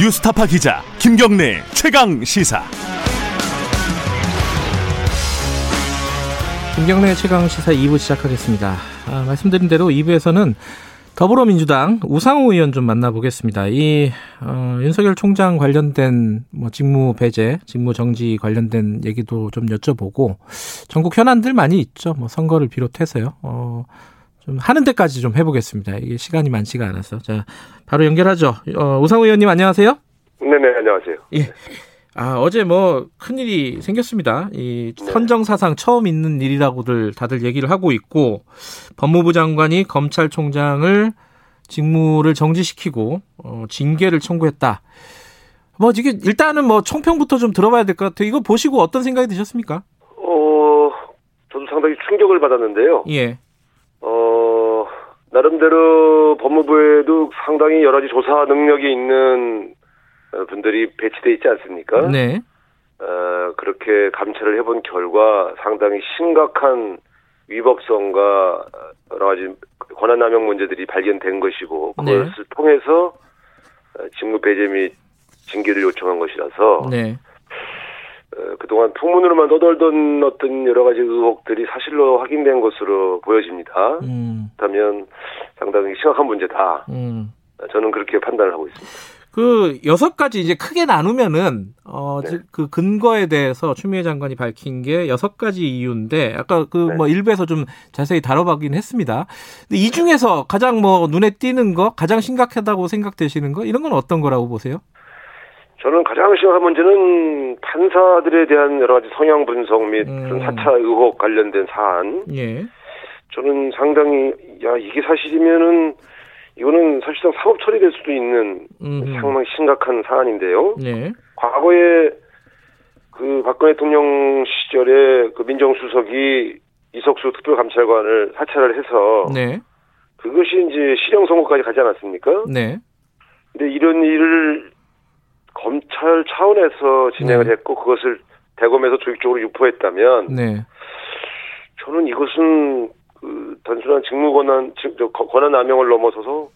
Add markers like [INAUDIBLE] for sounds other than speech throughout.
뉴스타파 기자 김경래 최강 시사. 김경래 최강 시사 2부 시작하겠습니다. 아, 말씀드린 대로 2부에서는 더불어민주당 우상호 의원 좀 만나보겠습니다. 이 어, 윤석열 총장 관련된 뭐 직무 배제, 직무 정지 관련된 얘기도 좀 여쭤보고 전국 현안들 많이 있죠. 뭐 선거를 비롯해서요. 어, 좀 하는 데까지 좀 해보겠습니다. 이게 시간이 많지가 않아서 자 바로 연결하죠. 어, 우상호 의원님 안녕하세요. 네네 안녕하세요. 예. 아, 어제 뭐 큰일이 생겼습니다. 이 선정사상 처음 있는 일이라고들 다들 얘기를 하고 있고 법무부 장관이 검찰총장을 직무를 정지시키고 어, 징계를 청구했다. 뭐 이게 일단은 뭐 총평부터 좀 들어봐야 될 것 같아요. 이거 보시고 어떤 생각이 드셨습니까? 어 저도 상당히 충격을 받았는데요. 예. 어 나름대로 법무부에도 상당히 여러 가지 조사 능력이 있는 어, 분들이 배치돼 있지 않습니까? 네. 어, 그렇게 감찰을 해본 결과 상당히 심각한 위법성과 여러 가지 권한 남용 문제들이 발견된 것이고 그것을 통해서 어, 직무 배제 및 징계를 요청한 것이라서 네. 어, 그동안 풍문으로만 떠돌던 어떤 여러 가지 의혹들이 사실로 확인된 것으로 보여집니다. 음. 그렇다면 상당히 심각한 문제다. 음. 저는 그렇게 판단을 하고 있습니다. 그 여섯 가지 이제 크게 나누면은 어, 네. 즉그 근거에 대해서 추미애 장관이 밝힌 게 여섯 가지 이유인데 아까 그 네. 뭐 일부에서 좀 자세히 다뤄보긴 했습니다. 근데 이 중에서 가장 뭐 눈에 띄는 거, 가장 심각하다고 생각되시는 거 이런 건 어떤 거라고 보세요? 저는 가장 심각한 문제는 판사들에 대한 여러 가지 성향 분석 및 음. 그런 사차 의혹 관련된 사안. 예. 저는 상당히 야 이게 사실이면은 이거는 사실상 사법 처리될 수도 있는 음. 상당히 심각한 사안인데요. 네. 과거에 그 박근혜 대통령 시절에 그 민정수석이 이석수 특별감찰관을 사찰을 해서 네. 그것이 이제 실형 선고까지 가지 않았습니까? 네. 근데 이런 일을 검찰 차원에서 진행을 네. 했고 그것을 대검에서 조직적으로 유포했다면 네. 저는 이것은 그 단순한 직무 권한 즉, 저 거- 권한 남용을 넘어서서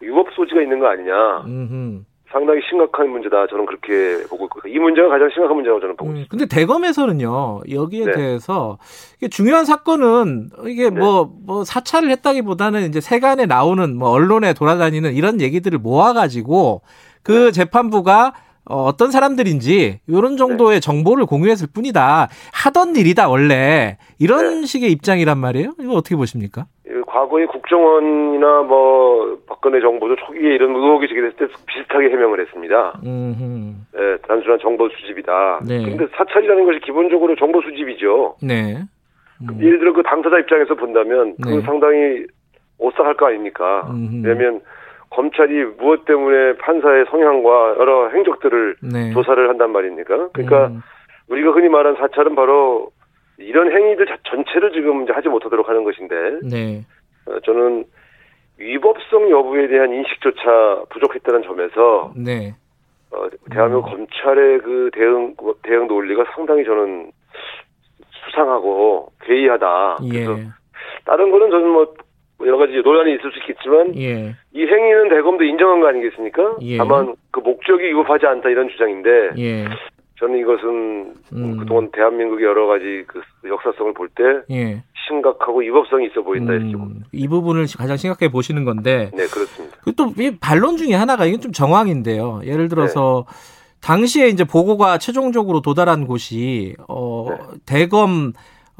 위법 소지가 있는 거 아니냐? 음. 상당히 심각한 문제다. 저는 그렇게 보고 있고 이 문제가 가장 심각한 문제라고 저는 보고 음, 있습니다. 근데 대검에서는요 여기에 네. 대해서 이게 중요한 사건은 이게 네. 뭐 뭐 사찰을 했다기보다는 이제 세간에 나오는 뭐 언론에 돌아다니는 이런 얘기들을 모아가지고 그 네. 재판부가 어, 어떤 사람들인지 이런 정도의 정보를 공유했을 뿐이다 하던 일이다 원래 이런 네. 식의 입장이란 말이에요 이거 어떻게 보십니까? 예, 과거에 국정원이나 뭐 박근혜 정부도 초기에 이런 의혹이 제기됐을 때 비슷하게 해명을 했습니다. 음, 예, 단순한 정보 수집이다. 네. 근데 사찰이라는 것이 기본적으로 정보 수집이죠. 네. 음, 예를 들어 그 당사자 입장에서 본다면 그건 네. 상당히 오싹할 거 아닙니까? 음흠. 왜냐하면 검찰이 무엇 때문에 판사의 성향과 여러 행적들을 네. 조사를 한단 말입니까? 그러니까 음, 우리가 흔히 말하는 사찰은 바로 이런 행위들 자- 전체를 지금 이제 하지 못하도록 하는 것인데 네. 어, 저는 위법성 여부에 대한 인식조차 부족했다는 점에서 네. 어, 대한민국 음. 검찰의 그 대응 대응 논리가 상당히 저는 수상하고 괴이하다. 그래서 예. 다른 거는 저는 뭐 여러 가지 논란이 있을 수 있겠지만 예. 이 행위는 대검도 인정한 거 아니겠습니까? 예. 다만 그 목적이 위법하지 않다 이런 주장인데 예. 저는 이것은 뭐 음. 그동안 대한민국의 여러 가지 그 역사성을 볼 때 예. 심각하고 위법성이 있어 보인다 이렇게 봅니다. 음, 이 부분을 가장 심각하게 보시는 건데 네 그렇습니다. 또 반론 중에 하나가 이건 좀 정황인데요. 예를 들어서 네. 당시에 이제 보고가 최종적으로 도달한 곳이 어 네. 대검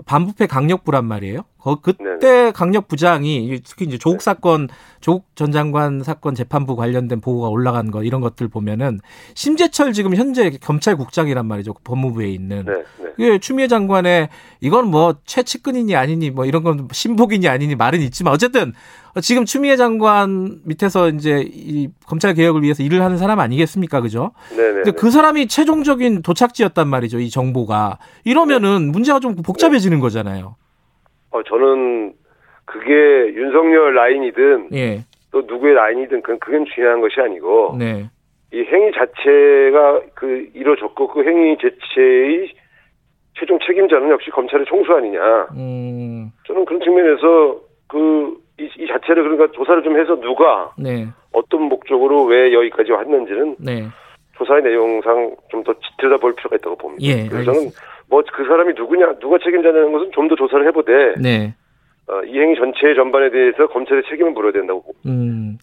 반부패 강력부란 말이에요. 거, 네, 그때 강력부장이 이- 특히 이제 조국 사건, 조국 전 장관 사건 재판부 관련된 보고가 올라간 거 이런 것들 보면은 심재철 지금 현재 검찰국장이란 말이죠. 법무부에 있는. 네, 네. 예, 추미애 장관의 이건 뭐 최측근이니 아니니 뭐 이런 건 신복이니 아니니 말은 있지만 어쨌든 지금 추미애 장관 밑에서 이제 이 검찰 개혁을 위해서 일을 하는 사람 아니겠습니까? 그죠? 네, 네. 근데 그 사람이 최종적인 도착지였단 말이죠. 이 정보가. 이러면은 문제가 좀 복잡해지는 거잖아요. 어, 저는 그게 윤석열 라인이든 예. 또 누구의 라인이든 그건, 그건 중요한 것이 아니고 네. 이 행위 자체가 그 이루어졌고 그 행위 자체의 최종 책임자는 역시 검찰의 총수 아니냐. 음. 저는 그런 측면에서 그, 이, 이 자체를 그러니까 조사를 좀 해서 누가 네. 어떤 목적으로 왜 여기까지 왔는지는 네. 조사의 내용상 좀 더 들여다볼 필요가 있다고 봅니다. 예, 그래서 저는 알겠습니다. 뭐 그 사람이 누구냐, 누가 책임자냐는 것은 좀 더 조사를 해보되 네. 어, 이 행위 전체 전반에 대해서 검찰의 책임을 물어야 된다고 봅니다. 음.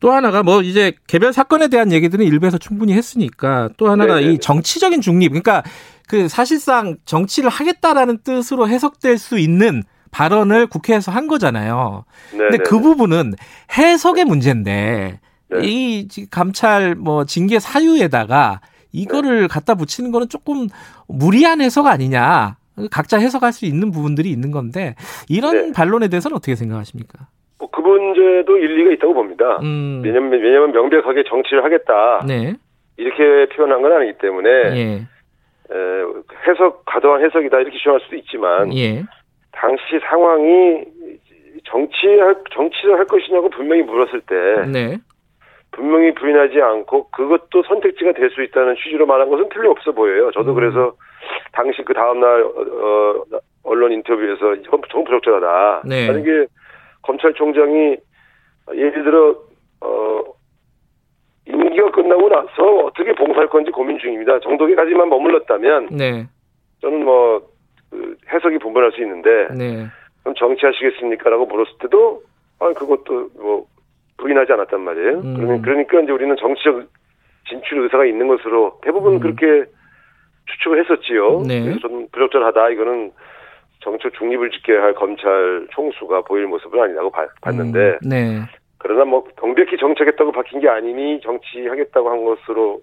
또 하나가 뭐 이제 개별 사건에 대한 얘기들은 일부에서 충분히 했으니까 또 하나가 네네네. 이 정치적인 중립 그러니까 그 사실상 정치를 하겠다라는 뜻으로 해석될 수 있는 발언을 국회에서 한 거잖아요. 네, 근데 네, 그 네. 부분은 해석의 문제인데 네. 이 지- 감찰 뭐 징계 사유에다가 이거를 네. 갖다 붙이는 거는 조금 무리한 해석 아니냐. 각자 해석할 수 있는 부분들이 있는 건데 이런 네. 반론에 대해서는 어떻게 생각하십니까? 뭐그 문제도 일리가 있다고 봅니다. 음. 아, 왜냐면 왜냐면 명백하게 정치를 하겠다 네. 이렇게 표현한 건 아니기 때문에 예. 에, 해석 과도한 해석이다 이렇게 주장할 수도 있지만 예. 당시 상황이 정치할 정치를 할 것이냐고 분명히 물었을 때 네. 분명히 부인하지 않고 그것도 선택지가 될 수 있다는 취지로 말한 것은 틀림없어 보여요. 저도 음. 그래서 당시 그 다음날 어, 어, 언론 인터뷰에서 이건 정 부적절하다. 네. 하는 게 검찰총장이 예를 들어 어, 임기가 끝나고 나서 어떻게 봉사할 건지 고민 중입니다. 정도기까지만 머물렀다면 네. 저는 뭐 그, 해석이 분분할 수 있는데 네. 그럼 정치하시겠습니까라고 물었을 때도 아 그것도 뭐 부인하지 않았단 말이에요. 음. 그러니- 그러니까 이제 우리는 정치적 진출 의사가 있는 것으로 대부분 음. 그렇게 추측을 했었지요. 네. 그래서 저는 부적절하다 이거는 정치 중립을 지켜야 할 검찰 총수가 보일 모습은 아니라고 봐- 봤는데 음, 네. 그러나 뭐 명백히 정치하겠다고 밝힌 게 아니니 정치하겠다고 한 것으로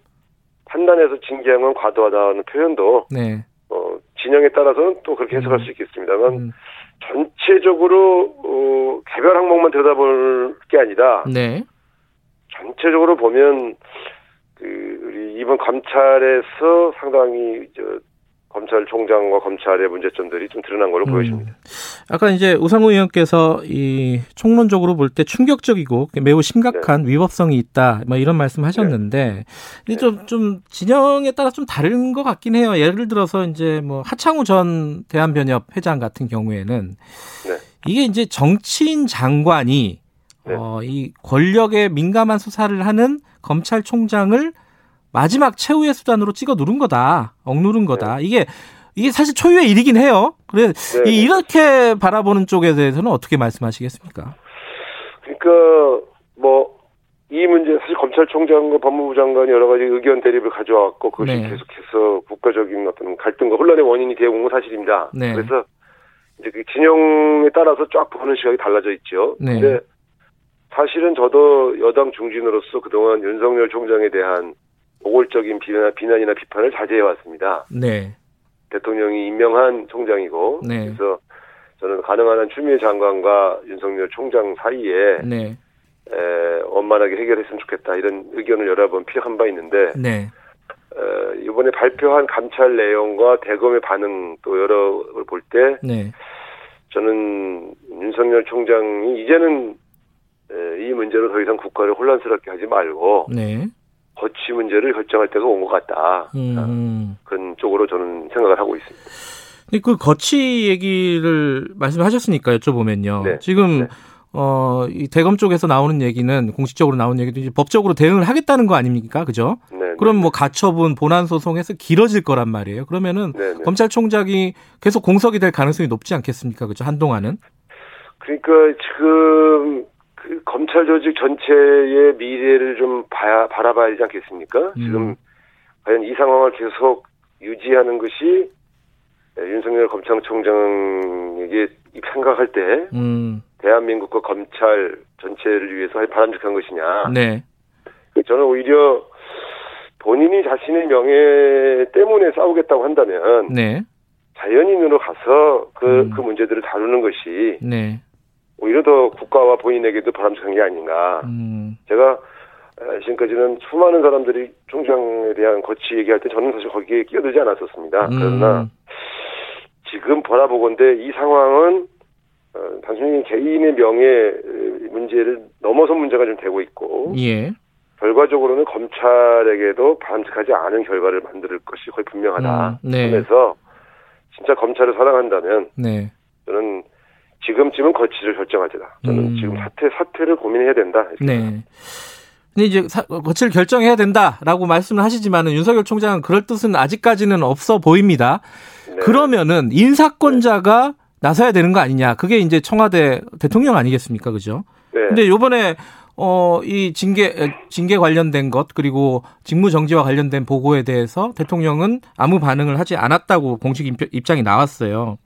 판단해서 징계한 건 과도하다는 표현도 네. 어, 진영에 따라서는 또 그렇게 해석할 음. 수 있겠습니다만 음, 전체적으로 어, 개별 항목만 들여다볼 게 아니라 네. 전체적으로 보면 그 우리 이번 검찰에서 상당히 저 검찰총장과 검찰의 문제점들이 좀 드러난 걸로 보여집니다. 음. 아까 이제 우상호 의원께서 이 총론적으로 볼 때 충격적이고 매우 심각한 네. 위법성이 있다, 뭐 이런 말씀하셨는데 이제 좀, 좀 진영에 따라 좀 다른 것 같긴 해요. 예를 들어서 이제 뭐 하창우 전 대한변협 회장 같은 경우에는 네. 이게 이제 정치인 장관이 네. 어, 이 권력에 민감한 수사를 하는 검찰총장을 마지막 최후의 수단으로 찍어 누른 거다, 억누른 거다. 이게 이게 사실 초유의 일이긴 해요. 그래 네. 이- 이렇게 바라보는 쪽에 대해서는 어떻게 말씀하시겠습니까? 그러니까 뭐 이 문제 사실 검찰총장과 법무부 장관이 여러 가지 의견 대립을 가져왔고 그것이 네. 계속해서 국가적인 어떤 갈등과 혼란의 원인이 되어 온 건 사실입니다. 네. 그래서 이제 그 진영에 따라서 쫙 보는 시각이 달라져 있죠. 네. 근데 사실은 저도 여당 중진으로서 그동안 윤석열 총장에 대한 노골적인 비난, 비난이나 비판을 자제해 왔습니다. 네, 대통령이 임명한 총장이고 네. 그래서 저는 가능한 한 추미애 장관과 윤석열 총장 사이에 네, 에, 원만하게 해결했으면 좋겠다 이런 의견을 여러 번 피력한 바 있는데 네, 에, 이번에 발표한 감찰 내용과 대검의 반응 또 여러 걸 볼 때 네, 저는 윤석열 총장이 이제는 에, 이 문제로 더 이상 국가를 혼란스럽게 하지 말고 네. 거치 문제를 결정할 때가 온 것 같다 음. 그런 쪽으로 저는 생각을 하고 있습니다. 근데 그 거치 얘기를 말씀하셨으니까 여쭤보면요. 네. 지금 네. 어, 이 대검 쪽에서 나오는 얘기는 공식적으로 나오는 얘기도 이제 법적으로 대응을 하겠다는 거 아닙니까? 그죠? 네, 그럼 뭐 가처분, 보난 소송에서 길어질 거란 말이에요. 그러면은 네, 네. 검찰총장이 계속 공석이 될 가능성이 높지 않겠습니까? 그죠? 한동안은. 그러니까 지금 그 검찰 조직 전체의 미래를 좀 봐야, 바라봐야 되지 않겠습니까? 음. 지금 과연 이 상황을 계속 유지하는 것이 에, 윤석열 검찰총장에게 이 생각할 때 음. 대한민국과 검찰 전체를 위해서 바람직한 것이냐. 네. 저는 오히려 본인이 자신의 명예 때문에 싸우겠다고 한다면 네. 자연인으로 가서 그, 음. 그 문제들을 다루는 것이 네. 오히려 더뭐 국가와 본인에게도 바람직한 게 아닌가. 음. 제가 에, 지금까지는 수많은 사람들이 총장에 대한 거치 얘기할 때 저는 사실 거기에 끼어들지 않았었습니다. 아, 그러나 음. 지금 바라보건대 이 상황은 어, 단순히 개인의 명예 에, 문제를 넘어서 문제가 좀 되고 있고 예. 결과적으로는 검찰에게도 바람직하지 않은 결과를 만들 것이 거의 분명하다. 음, 네. 그래서 진짜 검찰을 사랑한다면 네. 저는 지금쯤은 거치를 결정할 때다. 저는 음. 지금 사태 사태를 고민해야 된다. 이렇게 네. 근데 이제 사- 거칠 결정해야 된다라고 말씀을 하시지만은 윤석열 총장은 그럴 뜻은 아직까지는 없어 보입니다. 네. 그러면은 인사권자가 나서야 되는 거 아니냐. 그게 이제 청와대 대통령 아니겠습니까? 그죠? 네. 근데 요번에 어, 이 징계, 에, 징계 관련된 것, 그리고 직무 정지와 관련된 보고에 대해서 대통령은 아무 반응을 하지 않았다고 공식 입- 입장이 나왔어요.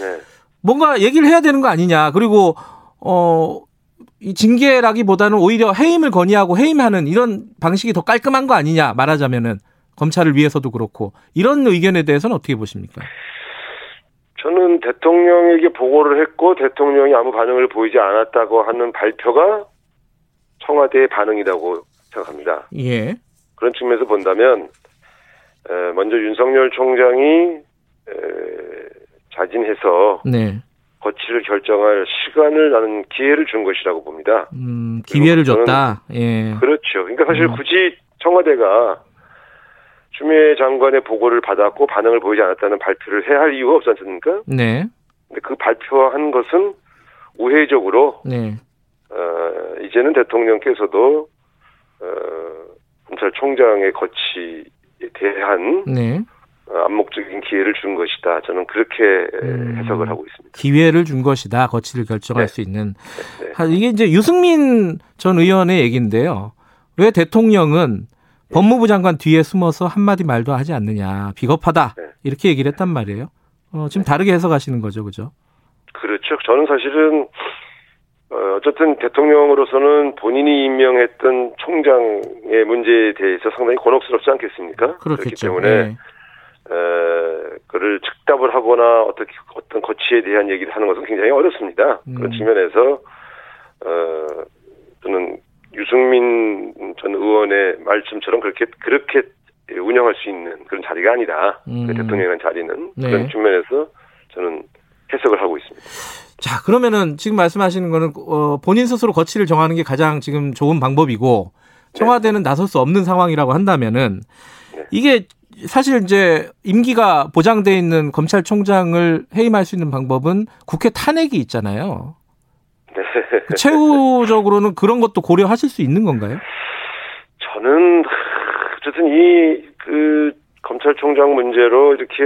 네. 뭔가 얘기를 해야 되는 거 아니냐. 그리고, 어, 이 징계라기보다는 오히려 해임을 건의하고 해임하는 이런 방식이 더 깔끔한 거 아니냐. 말하자면은. 검찰을 위해서도 그렇고. 이런 의견에 대해서는 어떻게 보십니까? 저는 대통령에게 보고를 했고 대통령이 아무 반응을 보이지 않았다고 하는 발표가 청와대의 반응이라고 생각합니다. 예. 그런 측면에서 본다면 에, 먼저 윤석열 총장이 에, 자진해서 네. 거치를 결정할 시간을 나는 기회를 준 것이라고 봅니다. 음, 기회를 그리고 줬다. 예. 그렇죠. 그러니까 사실 음. 굳이 청와대가 추미애 장관의 보고를 받았고 반응을 보이지 않았다는 발표를 해야 할 이유가 없지 않습니까? 네. 근데 그 발표한 것은 우회적으로 네. 어, 이제는 대통령께서도 어, 검찰총장의 거치에 대한 네. 어, 암묵적인 기회를 준 것이다. 저는 그렇게 음. 해석을 하고 있습니다. 기회를 준 것이다. 거치를 결정할 네. 수 있는. 네. 아, 이게 이제 유승민 전 의원의 얘기인데요. 왜 대통령은 네. 법무부 장관 뒤에 숨어서 한마디 말도 하지 않느냐. 비겁하다. 네. 이렇게 얘기를 했단 말이에요. 어, 지금 다르게 해석하시는 거죠. 그죠? 그렇죠. 저는 사실은 어, 어쨌든 대통령으로서는 본인이 임명했던 총장의 문제에 대해서 상당히 곤혹스럽지 않겠습니까? 기 그렇겠죠. 때문에 예. 에, 그를 즉답을 하거나 어떻게 어떤 거치에 대한 얘기를 하는 것은 굉장히 어렵습니다. 음. 그런 측면에서 어, 저는 유승민 전 의원의 말씀처럼 그렇게 그렇게 운영할 수 있는 그런 자리가 아니다. 음. 그 대통령이라는 자리는 네. 그런 측면에서 저는 해석을 하고 있습니다. 자, 그러면은 지금 말씀하시는 거는 어, 본인 스스로 거치를 정하는 게 가장 지금 좋은 방법이고 청와대는 나설 수 없는 상황이라고 한다면은 네. 이게 사실 이제 임기가 보장돼 있는 검찰총장을 해임할 수 있는 방법은 국회 탄핵이 있잖아요. 네. 그 최후적으로는 그런 것도 고려하실 수 있는 건가요? 저는 어쨌든 이 그 검찰총장 문제로 이렇게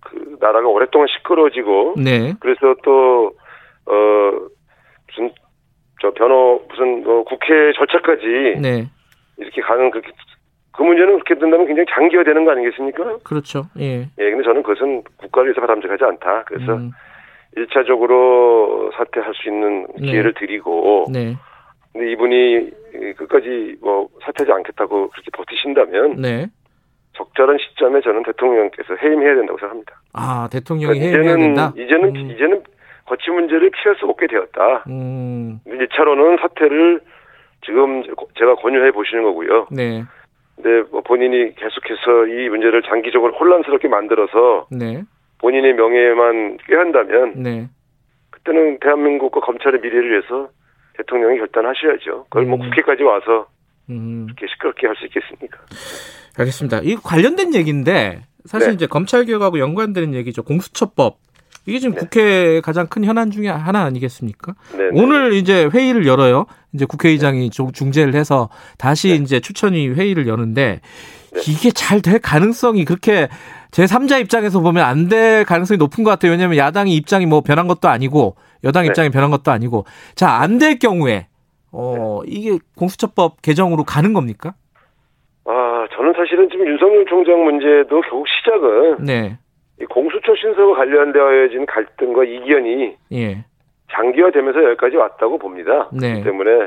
그 나라가 오랫동안 시끄러지고 네. 그래서 또, 어, 무슨, 저 변호, 무슨, 뭐 국회 절차까지 네. 이렇게 가는 그렇게, 그 문제는 그렇게 된다면 굉장히 장기화되는 거 아니겠습니까? 그렇죠. 예. 예, 근데 저는 그것은 국가를 위해서 바람직하지 않다. 그래서 음, 일차적으로 사퇴할 수 있는 네. 기회를 드리고, 네. 근데 이분이 이, 끝까지 뭐 사퇴하지 않겠다고 그렇게 버티신다면 네. 적절한 시점에 저는 대통령께서 해임해야 된다고 생각합니다. 아, 대통령이 그러니까 해임해야 된다. 이제는, 이제는, 음, 이제는 거치 문제를 피할 수 없게 되었다. 음, 1차로는 사태를 지금 제가 권유해 보시는 거고요. 네. 근데 뭐 본인이 계속해서 이 문제를 장기적으로 혼란스럽게 만들어서 네. 본인의 명예만 꾀한다면 네. 그때는 대한민국과 검찰의 미래를 위해서 대통령이 결단하셔야죠. 그걸 뭐 음. 국회까지 와서 음. 이렇게 시끄럽게 할 수 있겠습니까? 알겠습니다. 이 관련된 얘기인데 사실 네. 이제 검찰 개혁하고 연관되는 얘기죠. 공수처법. 이게 지금 국회의 가장 큰 현안 중에 하나 아니겠습니까? 네. 오늘 이제 회의를 열어요. 이제 국회의장이 좀 중재를 해서 다시 이제 추천위 회의를 여는데 네. 이게 잘 될 가능성이 그렇게 제3자 입장에서 보면 안 될 가능성이 높은 것 같아요. 왜냐하면 야당의 입장이 뭐 변한 것도 아니고 여당 네. 입장이 변한 것도 아니고 자 안 될 경우에 어 네. 이게 공수처법 개정으로 가는 겁니까? 아, 저는 사실은 지금 윤석열 총장 문제도 결국 시작은 네. 이 공수처 신설과 관련되어진 갈등과 이견이 예. 장기화되면서 여기까지 왔다고 봅니다. 네. 그렇기 때문에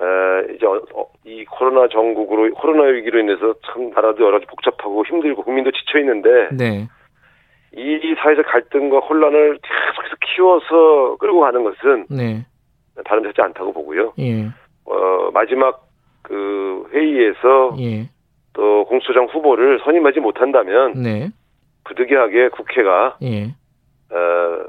에, 이제 어, 어, 이 코로나 전국으로 코로나 위기로 인해서 참 나라도 여러 가지 복잡하고 힘들고 국민도 지쳐 있는데 네. 이 사회적 갈등과 혼란을 계속해서 키워서 끌고 가는 것은 네. 바람직하지 않다고 보고요. 예. 어, 마지막 그 회의에서 예. 또 공수처장 후보를 선임하지 못한다면 네. 부득이하게 국회가 예. 어,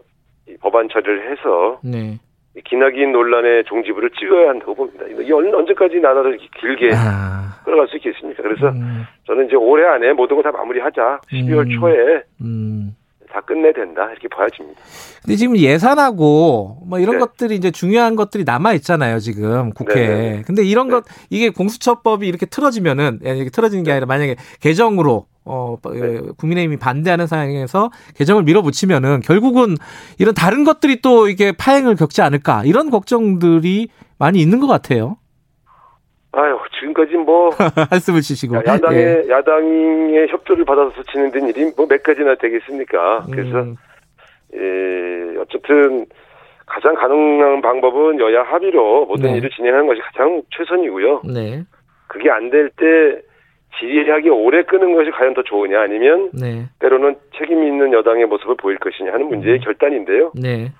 이 법안 처리를 해서 네. 이 기나긴 논란의 종지부를 찍어야 한다고 봅니다. 이게 언- 언제까지 나라를 이렇게 길게 아. 끌어갈 수 있겠습니까? 예. 그래서 음. 저는 이제 올해 안에 모든 걸 다 마무리하자. 12월 음. 초에 음. 다 끝내된다 이렇게 봐야집니다. 근데 지금 예산하고 뭐 이런 네. 것들이 이제 중요한 것들이 남아 있잖아요, 지금 국회에. 네네. 근데 이런 네. 것 이게 공수처법이 이렇게 틀어지면은 아니, 이게 틀어지는 게 아니라 만약에 개정으로 어 네. 국민의힘이 반대하는 상황에서 개정을 밀어붙이면은 결국은 이런 다른 것들이 또 이게 파행을 겪지 않을까 이런 걱정들이 많이 있는 것 같아요. [LAUGHS] 아유 지금까지 뭐 한숨을 쉬시고. 야- 야당의 [LAUGHS] 예. 야당의 협조를 받아서 지는된 일이 뭐 몇 가지나 되겠습니까? 그래서 음, 예, 어쨌든 가장 가능한 방법은 여야 합의로 모든 네. 일을 진행하는 것이 가장 최선이고요. 네, 그게 안 될 때 지리하게 오래 끄는 것이 과연 더 좋으냐 아니면 네, 때로는 책임 있는 여당의 모습을 보일 것이냐 하는 음. 문제의 결단인데요. 네.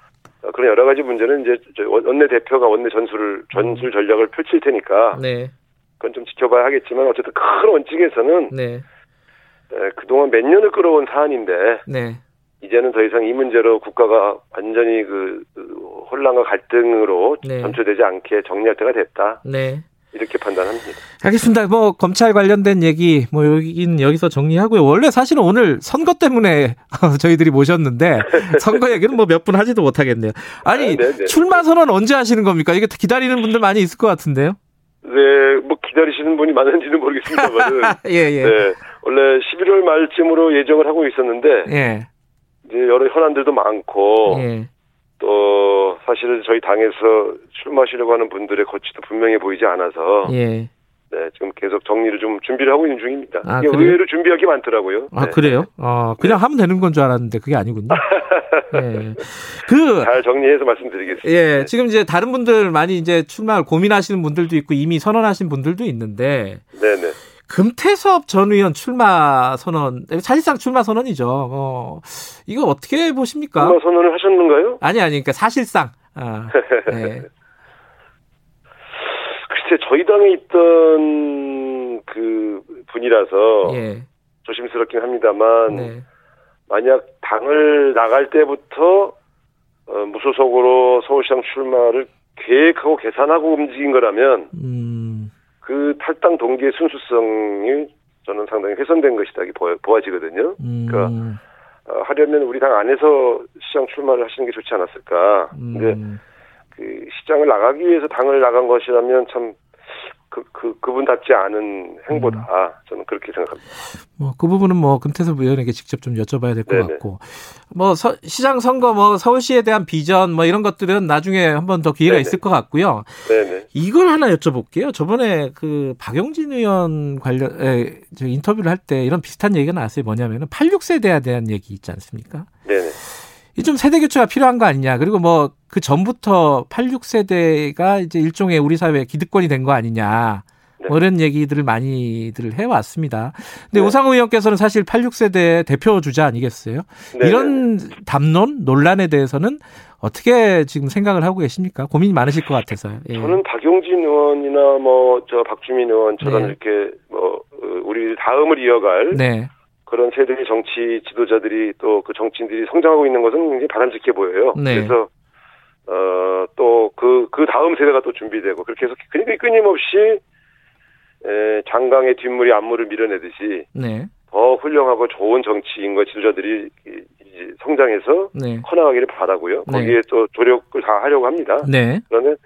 어, 그런 여러 가지 문제는 이제 저 원- 원내 대표가 원내 전술을 전술 전략을 펼칠 테니까 음. 네, 그건 좀 지켜봐야 하겠지만 어쨌든 큰 원칙에서는 네, 에, 그동안 몇 년을 끌어온 사안인데 네, 이제는 더 이상 이 문제로 국가가 완전히 그, 그 혼란과 갈등으로 네. 점철되지 않게 정리할 때가 됐다 네. 이렇게 판단합니다. 알겠습니다. 뭐 검찰 관련된 얘기 뭐 여긴 여기서 정리하고요. 원래 사실은 오늘 선거 때문에 [LAUGHS] 저희들이 [LAUGHS] 모셨는데 선거 얘기는 뭐 몇 분 하지도 못하겠네요. 아니 아, 네네. 출마 선언 언제 하시는 겁니까? 이게 기다리는 분들 많이 있을 것 같은데요. 네, 뭐 기다리시는 분이 [LAUGHS] 많은지는 모르겠습니다만은 예 예. 네, 원래 11월 말쯤으로 예정을 하고 있었는데 예. 이제 여러 현안들도 많고 예. 또 사실은 저희 당에서 출마하시려고 하는 분들의 거취도 분명해 보이지 않아서 예. 네, 지금 계속 정리를 좀 준비를 하고 있는 중입니다. 아, 이게 그래요? 의외로 준비할 게 많더라고요. 아 네. 그래요? 어 그냥 하면 되는 건 줄 알았는데 그게 [LAUGHS] 아니군요. 예. 그 잘 정리해서 말씀드리겠습니다. 예, 지금 이제 다른 분들 많이 이제 출마를 고민하시는 분들도 있고 이미 선언하신 분들도 있는데 네, 네. 금태섭 전 의원 출마 선언 사실상 출마 선언이죠. 어, 이거 어떻게 보십니까? 출마 선언을 하셨는가요? 아니 아니 그러니까 사실상 아, [LAUGHS] 네. 글쎄 저희 당에 있던 그 분이라서 예, 조심스럽긴 합니다만 네, 만약 당을 나갈 때부터 어, 무소속으로 서울시장 출마를 계획하고 계산하고 움직인 거라면 음, 그 탈당 동기의 순수성이 저는 상당히 훼손된 것이다 이렇게 보여- 보아지거든요. 음, 그러니까 어, 하려면 우리 당 안에서 시장 출마를 하시는 게 좋지 않았을까. 근데 음, 그 시장을 나가기 위해서 당을 나간 것이라면 참 그, 그, 그분답지 않은 음. 행보다. 저는 그렇게 생각합니다. 뭐그 부분은 뭐 금태섭 의원에게 직접 좀 여쭤봐야 될 것 네네. 같고 뭐 서- 시장 선거 뭐 서울시에 대한 비전 뭐 이런 것들은 나중에 한번 더 기회가 네네. 있을 것 같고요. 네네. 이걸 하나 여쭤볼게요. 저번에 그 박영진 의원 관련 에, 저 인터뷰를 할 때 이런 비슷한 얘기가 나왔어요. 뭐냐면은 86세대에 대한 얘기 있지 않습니까? 네네. 이 좀 세대 교체가 필요한 거 아니냐. 그리고 뭐 그 전부터 86세대가 이제 일종의 우리 사회의 기득권이 된 거 아니냐. 뭐 이런 얘기들을 많이들 해왔습니다. 근데 네. 오상호 의원께서는 사실 86세대 대표 주자 아니겠어요? 네네. 이런 담론 논란에 대해서는 어떻게 지금 생각을 하고 계십니까? 고민이 많으실 것 같아서요. 예. 저는 박용진 의원이나 뭐 저 박주민 네. 의원처럼 이렇게 뭐 어, 우리 다음을 이어갈 네. 그런 세대의 정치 지도자들이 또 그 정치인들이 성장하고 있는 것은 굉장히 바람직해 보여요. 네. 그래서 어, 어또그그 다음 세대가 또 준비되고 그렇게 해서 그러니까 끊임없이 에, 장강의 뒷물이 앞물을 밀어내듯이 네, 더 훌륭하고 좋은 정치인과 지도자들이 이- 이제 성장해서 네, 커나가기를 바라고요. 네. 거기에 또 조력을 다 하려고 합니다. 네, 그러면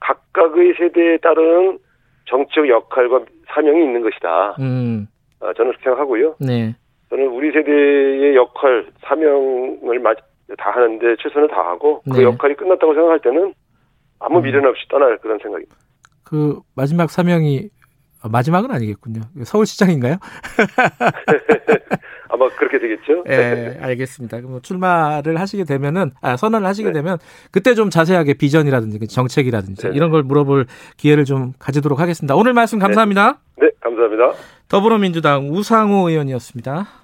각각의 세대에 따른 정치적 역할과 사명이 있는 것이다. 음, 아, 저는 그렇게 생각하고요. 네, 저는 우리 세대의 역할, 사명을 마- 다 하는데 최선을 다하고 그 네. 역할이 끝났다고 생각할 때는 아무 음. 미련 없이 떠날 그런 생각입니다. 그 마지막 사명이 아, 마지막은 아니겠군요. 서울시장인가요? 아마 그렇게 되겠죠? 예, 알겠습니다. 그럼 뭐 출마를 하시게 되면은 아, 선언을 하시게 네. 되면 그때 좀 자세하게 비전이라든지 그 정책이라든지 네. 이런 걸 물어볼 기회를 좀 가지도록 네. 하겠습니다. 오늘 말씀 감사합니다. 네, 감사합니다. 더불어민주당 우상호 의원이었습니다.